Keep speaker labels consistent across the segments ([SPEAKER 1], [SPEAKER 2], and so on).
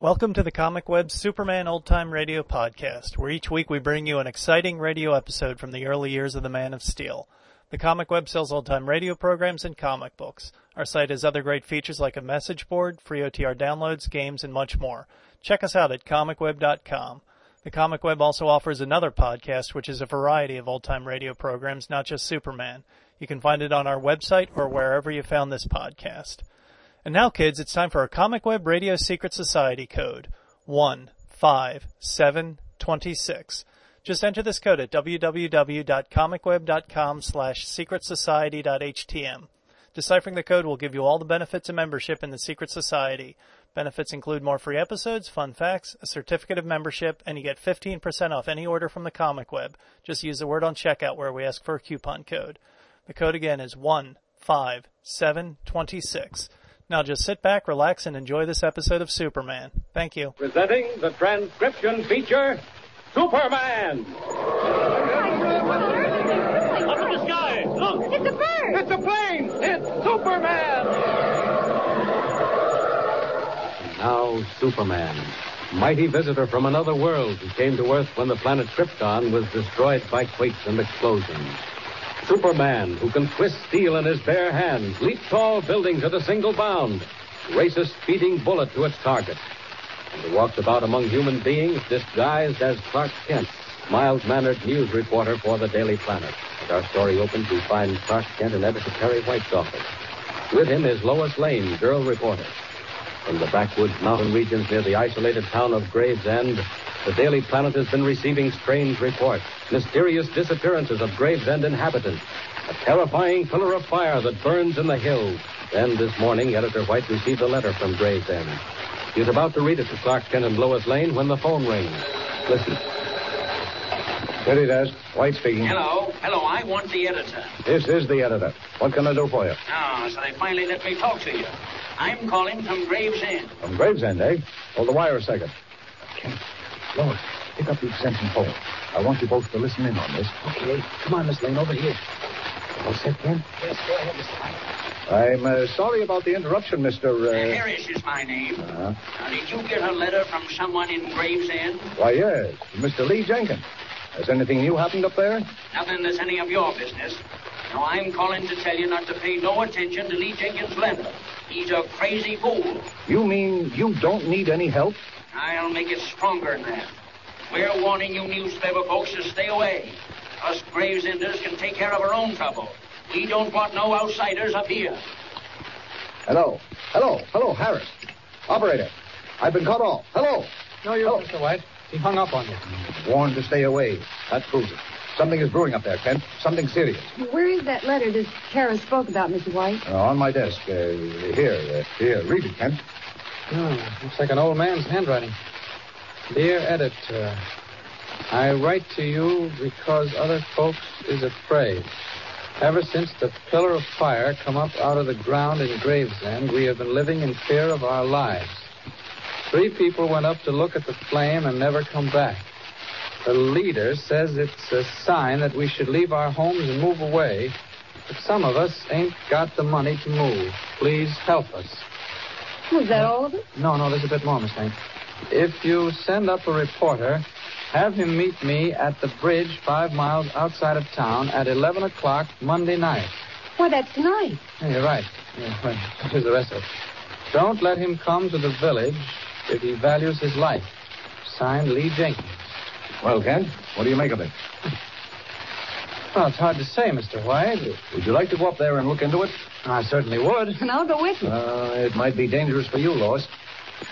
[SPEAKER 1] Welcome to the Comic Web Superman Old Time Radio Podcast, where each week we bring you an exciting radio episode from the early years of the Man of Steel. The Comic Web sells old time radio programs and comic books. Our site has other great features like a message board, free OTR downloads, games, and much more. Check us out at comicweb.com. The Comic Web also offers another podcast, which is a variety of old time radio programs, not just Superman. You can find it on our website or wherever you found this podcast. And now, kids, it's time for our Comic Web Radio Secret Society code 15726. Just enter this code at www.comicweb.com slash secretsociety.htm. Deciphering the code will give you all the benefits of membership in the Secret Society. Benefits include more free episodes, fun facts, a certificate of membership, and you get 15% off any order from the Comic Web. Just use the word on checkout where we ask for a coupon code. The code again is 15726. Now just sit back, relax, and enjoy this episode of Superman. Thank you.
[SPEAKER 2] presenting the transcription feature Superman. Up in the sky, look!
[SPEAKER 3] It's a bird!
[SPEAKER 2] It's a plane! It's Superman!
[SPEAKER 4] Now Superman, mighty visitor from another world who came to Earth when the planet Krypton was destroyed by quakes and explosions. Superman, who can twist steel in his bare hands, leap tall buildings at a single bound, race a speeding bullet to its target, and who walks about among human beings disguised as Clark Kent, mild-mannered news reporter for the Daily Planet. As our story opens, we find Clark Kent in Editor Terry White's office. With him is Lois Lane, girl reporter. From the backwoods mountain regions near the isolated town of Gravesend, the Daily Planet has been receiving strange reports, mysterious disappearances of Gravesend inhabitants, a terrifying pillar of fire that burns in the hills. Then this morning, Editor White received a letter from Gravesend. He was about to read it to Clark Kent and Lois Lane when the phone rings. Listen. There he does. White speaking.
[SPEAKER 5] Hello, hello, I want the editor.
[SPEAKER 4] This is the editor. What can I do for you?
[SPEAKER 5] Ah, so they finally let me talk to you. I'm calling from Gravesend.
[SPEAKER 4] From Gravesend, eh? Hold the wire a second.
[SPEAKER 6] Kent, Lois, pick up the extension phone. I want you both to listen in on this.
[SPEAKER 4] Okay. Come on, Miss Lane, over here.
[SPEAKER 6] All set, Kent?
[SPEAKER 5] Yes, go ahead, Mr. White.
[SPEAKER 6] I'm uh, sorry about the interruption, uh, Mr.
[SPEAKER 5] Harris is my name.
[SPEAKER 6] Uh... Uh,
[SPEAKER 5] Now, did you get a letter from someone in Gravesend?
[SPEAKER 6] why, yes, Mr. Lee Jenkins. Has anything new happened up there?
[SPEAKER 5] Nothing that's any of your business. Now, I'm calling to tell you not to pay no attention to Lee Jenkins' letter. He's a crazy fool.
[SPEAKER 6] You mean you don't need any help?
[SPEAKER 5] I'll make it stronger than that. We're warning you newspaper folks to stay away. Us Gravesenders can take care of our own trouble. We don't want no outsiders up here.
[SPEAKER 6] Hello. Hello. Hello, Harris. Operator. I've been cut off. Hello.
[SPEAKER 4] No, you, Mr. White. He hung up on you.
[SPEAKER 6] Warned to stay away. That proves it. Something is brewing up there, Kent. Something serious.
[SPEAKER 3] Where is that letter that Kara spoke about, Mr. White?
[SPEAKER 6] Uh, on my desk. Uh, here. Uh, here. Read it, Kent.
[SPEAKER 4] Hmm, looks like an old man's handwriting. Dear editor, I write to you because other folks is afraid. Ever since the pillar of fire come up out of the ground in Gravesend, we have been living in fear of our lives. Three people went up to look at the flame and never come back. The leader says it's a sign that we should leave our homes and move away, but some of us ain't got the money to move. Please help us.
[SPEAKER 3] Was that all of it?
[SPEAKER 4] No, no, there's a bit more, Miss Lane. If you send up a reporter, have him meet me at the bridge five miles outside of town at 11 o'clock Monday night.
[SPEAKER 3] Why, that's tonight.
[SPEAKER 4] Yeah, you're right. Yeah, well, what is the rest of it? Don't let him come to the village if he values his life. Signed, Lee Jenkins.
[SPEAKER 6] Well, Kent, what do you make of it?
[SPEAKER 4] Well, it's hard to say, Mr. White.
[SPEAKER 6] Would you like to go up there and look into it?
[SPEAKER 4] I certainly would.
[SPEAKER 3] And I'll go with you.
[SPEAKER 6] Uh, it might be dangerous for you, Lois.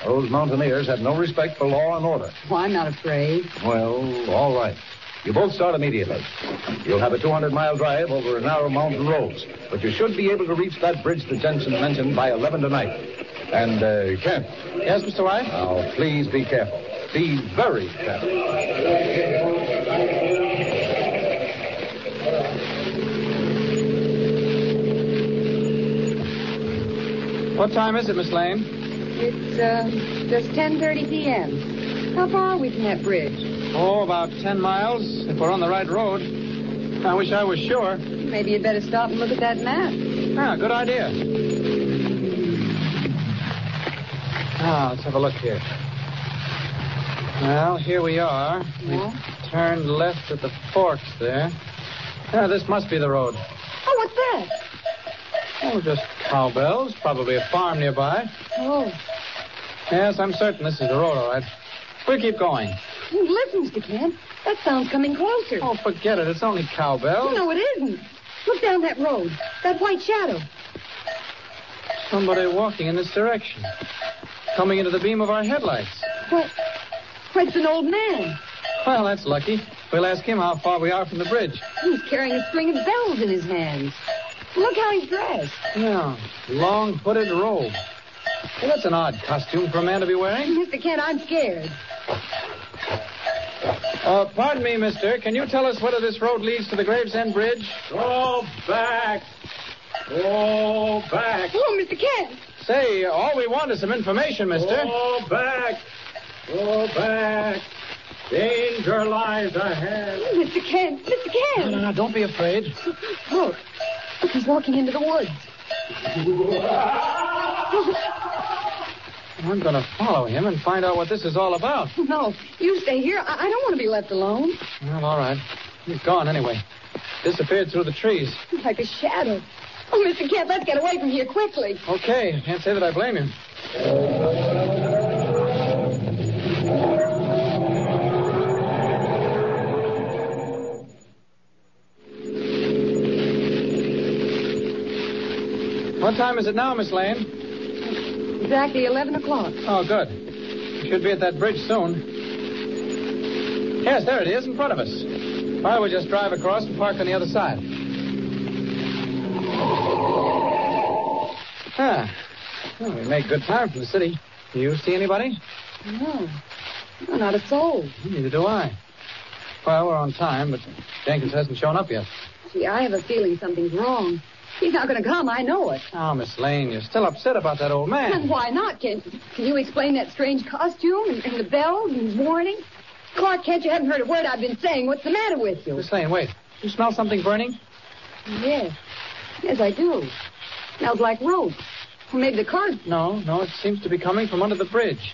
[SPEAKER 6] Those mountaineers have no respect for law and order.
[SPEAKER 3] Well, I'm not afraid.
[SPEAKER 6] Well, all right. You both start immediately. You'll have a 200 mile drive over narrow mountain roads, but you should be able to reach that bridge that Jensen mentioned by 11 tonight. And, uh, Kent. Yes, Mr. White? Now, please be careful. Be very careful.
[SPEAKER 4] What time is it, Miss Lane?
[SPEAKER 3] It's uh, just 10.30 p.m. How far are we from that bridge?
[SPEAKER 4] Oh, about 10 miles, if we're on the right road. I wish I was sure.
[SPEAKER 3] Maybe you'd better stop and look at that map.
[SPEAKER 4] Ah, good idea. Now, let's Ah, have a look here. Well, here we are. We turned left at the forks there. Ah, this must be the road.
[SPEAKER 3] Oh, what's that?
[SPEAKER 4] Oh, just cowbells. Probably a farm nearby.
[SPEAKER 3] Oh,
[SPEAKER 4] Yes, I'm certain this is the road, all right. We'll keep going.
[SPEAKER 3] listen, Mr. Kent. That sound's coming closer.
[SPEAKER 4] Oh, forget it. It's only cowbells.
[SPEAKER 3] No, it isn't. Look down that road. That white shadow.
[SPEAKER 4] Somebody walking in this direction. Coming into the beam of our headlights.
[SPEAKER 3] Why, why, it's an old man.
[SPEAKER 4] Well, that's lucky. We'll ask him how far we are from the bridge.
[SPEAKER 3] He's carrying a string of bells in his hands. Look how he's dressed.
[SPEAKER 4] Yeah, long hooded robe. Well, that's an odd costume for a man to be wearing.
[SPEAKER 3] Mr. Kent, I'm scared.
[SPEAKER 4] Uh, pardon me, mister. Can you tell us whether this road leads to the Gravesend Bridge?
[SPEAKER 7] Go back. Go back.
[SPEAKER 3] Oh, Mr. Kent.
[SPEAKER 4] Say, all we want is some information, mister.
[SPEAKER 7] Go back. Go back. Danger lies ahead.
[SPEAKER 3] Oh, Mr. Kent. Mr.
[SPEAKER 4] No, no,
[SPEAKER 3] Kent.
[SPEAKER 4] no, don't be afraid.
[SPEAKER 3] Look. Look, he's walking into the woods.
[SPEAKER 4] I'm going to follow him and find out what this is all about.
[SPEAKER 3] No, you stay here. I, I don't want to be left alone.
[SPEAKER 4] Well, all right. He's gone anyway. Disappeared through the trees.
[SPEAKER 3] He's like a shadow. Oh, Mr. Kent, let's get away from here quickly.
[SPEAKER 4] Okay, I can't say that I blame him. What time is it now, Miss Lane?
[SPEAKER 3] Exactly 11 o'clock.
[SPEAKER 4] Oh, good. We Should be at that bridge soon. Yes, there it is in front of us. Why don't we just drive across and park on the other side? Ah, well, we make good time from the city. Do you see anybody? Hmm,
[SPEAKER 3] No. No, not a soul.
[SPEAKER 4] Neither do I. Well, we're on time, but Jenkins hasn't shown up yet.
[SPEAKER 3] Gee, I have a feeling something's wrong. He's not going to come. I know it.
[SPEAKER 4] Oh, Miss Lane, you're still upset about that old
[SPEAKER 3] And
[SPEAKER 4] man.
[SPEAKER 3] why not, Kent? Can you explain that strange costume and, and the bells and his warning? Clark Kent, you haven't heard a word I've been saying. What's the matter with you?
[SPEAKER 4] Miss Lane, wait. You smell something burning?
[SPEAKER 3] Yes. Yes, I do. Smells like rope. Or maybe the car's...
[SPEAKER 4] No, no, it seems to be coming from under the bridge.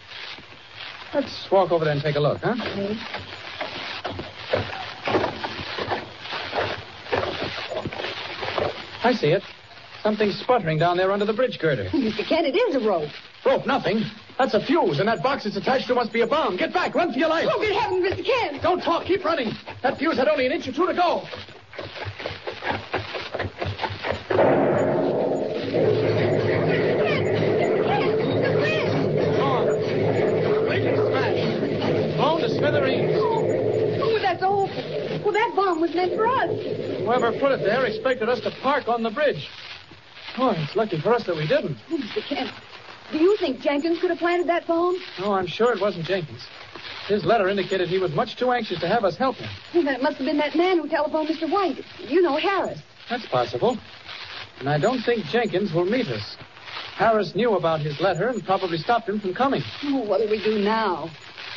[SPEAKER 4] Let's walk over there and take a look, huh? I see it. Something's sputtering down there under the bridge girder.
[SPEAKER 3] Mr. Kent, it is a rope.
[SPEAKER 4] Rope, nothing. That's a fuse, and that box it's attached to must be a bomb. Get back, run for your life.
[SPEAKER 3] Oh, good heavens, Mr. Kent!
[SPEAKER 4] Don't talk, keep running. That fuse had only an inch or two to go.
[SPEAKER 3] Kent!
[SPEAKER 4] Completely smashed. Blown to smithereens.
[SPEAKER 3] Oh, that's awful. Well, that bomb was meant for us.
[SPEAKER 4] Whoever put it there expected us to park on the bridge. Boy, it's lucky for us that we didn't.
[SPEAKER 3] Oh, Mr. Kent, do you think Jenkins could have planted that bomb?
[SPEAKER 4] No, I'm sure it wasn't Jenkins. His letter indicated he was much too anxious to have us help him.
[SPEAKER 3] Well, that must have been that man who telephoned Mr. White. You know, Harris.
[SPEAKER 4] That's possible. And I don't think Jenkins will meet us. Harris knew about his letter and probably stopped him from coming.
[SPEAKER 3] Oh, what do we do now?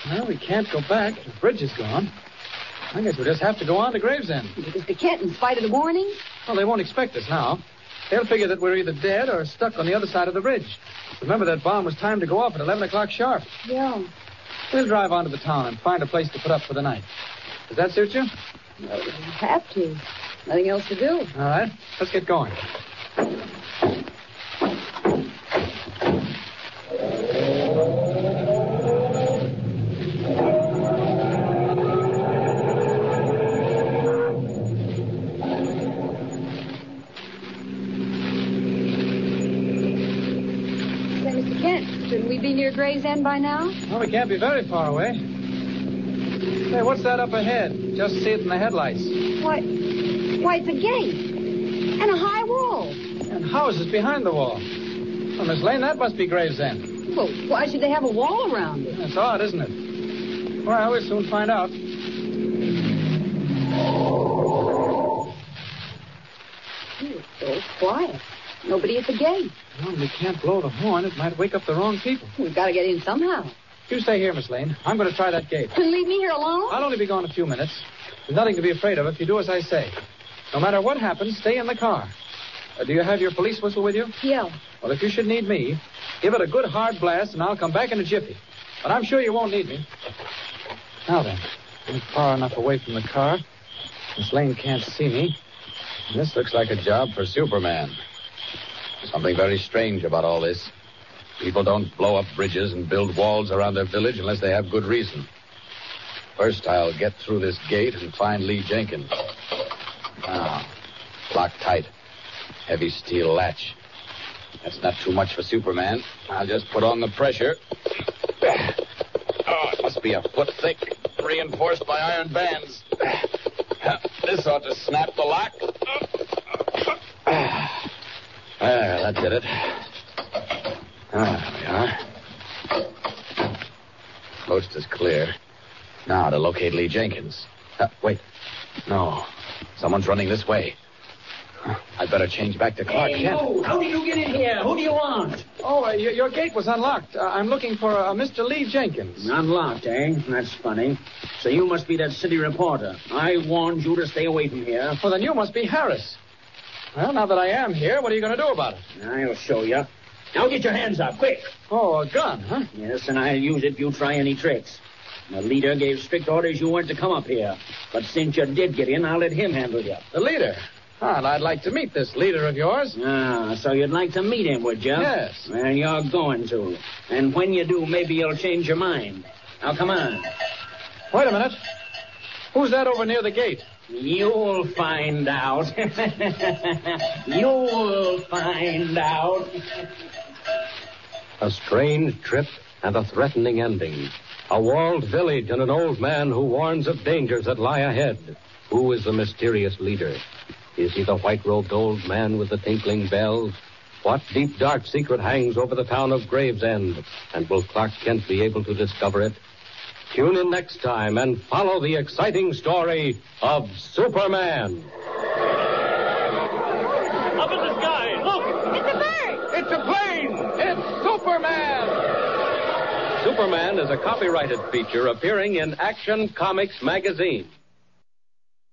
[SPEAKER 4] Well, we can't go back. The bridge is gone. I guess we'll just have to go on to Gravesend.
[SPEAKER 3] Mr. Kent, in spite of the warning?
[SPEAKER 4] Well, they won't expect us now. They'll figure that we're either dead or stuck on the other side of the bridge. Remember, that bomb was timed to go off at 11 o'clock sharp.
[SPEAKER 3] Yeah.
[SPEAKER 4] We'll drive on to the town and find a place to put up for the night. Does that suit you?
[SPEAKER 3] Well, we have to. Nothing else to do.
[SPEAKER 4] All right. Let's get going.
[SPEAKER 3] Say, Mr. Kent, shouldn't we be near Gray's End by now?
[SPEAKER 4] Well, we can't be very far away. Hey, what's that up ahead? Just see it in the headlights.
[SPEAKER 3] Why, why, it's a gate. And a high wall.
[SPEAKER 4] And houses behind the wall. Well, Miss Lane, that must be Gravesend.
[SPEAKER 3] Well, why should they have a wall around it?
[SPEAKER 4] That's odd, isn't it? Well, we'll soon find out.
[SPEAKER 3] It's so quiet. Nobody at the gate.
[SPEAKER 4] Well, we can't blow the horn. It might wake up the wrong people.
[SPEAKER 3] We've got to get in somehow.
[SPEAKER 4] You stay here, Miss Lane. I'm going to try that gate.
[SPEAKER 3] And leave me here alone?
[SPEAKER 4] I'll only be gone a few minutes. There's nothing to be afraid of if you do as I say. No matter what happens, stay in the car. Uh, do you have your police whistle with you?
[SPEAKER 3] Yeah.
[SPEAKER 4] Well, if you should need me, give it a good hard blast, and I'll come back in a jiffy. But I'm sure you won't need me.
[SPEAKER 6] Now then, I'm far enough away from the car. Miss Lane can't see me.
[SPEAKER 4] This looks like a job for Superman. Something very strange about all this. People don't blow up bridges and build walls around their village unless they have good reason. First, I'll get through this gate and find Lee Jenkins. Now, lock tight. Heavy steel latch. That's not too much for Superman. I'll just put on the pressure. Oh, it must be a foot thick, reinforced by iron bands. This ought to snap the lock. There, that did it. Ah, there we are. Coast is clear. Now to locate Lee Jenkins. Uh, wait. No. Someone's running this way. I'd better change back to Clark
[SPEAKER 5] Hey,
[SPEAKER 4] Kent.
[SPEAKER 5] you! How did you get in here? Who do you want?
[SPEAKER 6] Oh, uh, your, your gate was unlocked. Uh, I'm looking for uh, Mr. Lee Jenkins.
[SPEAKER 5] Unlocked, eh? That's funny. So you must be that city reporter. I warned you to stay away from here.
[SPEAKER 6] Well, then you must be Harris. Well, now that I am here, what are you going to do about it?
[SPEAKER 5] I'll show you. Now get your hands up, quick.
[SPEAKER 6] Oh, a gun, huh?
[SPEAKER 5] Yes, and I'll use it if you try any tricks. The leader gave strict orders you weren't to come up here. But since you did get in, I'll let him handle you.
[SPEAKER 6] The leader. Ah, and I'd like to meet this leader of yours.
[SPEAKER 5] Ah, so you'd like to meet him, would you?
[SPEAKER 6] Yes.
[SPEAKER 5] Well, you're going to. And when you do, maybe you'll change your mind. Now, come on.
[SPEAKER 6] Wait a minute. Who's that over near the gate?
[SPEAKER 5] You'll find out. You'll find out.
[SPEAKER 7] A strange trip and a threatening ending. A walled village and an old man who warns of dangers that lie ahead. Who is the mysterious leader? Is he the white robed old man with the tinkling bells? What deep dark secret hangs over the town of Gravesend? And will Clark Kent be able to discover it? Tune in next time and follow the exciting story of Superman.
[SPEAKER 8] Up in the sky, look!
[SPEAKER 9] It's a bird!
[SPEAKER 8] It's a plane! It's Superman!
[SPEAKER 7] Superman is a copyrighted feature appearing in Action Comics magazine.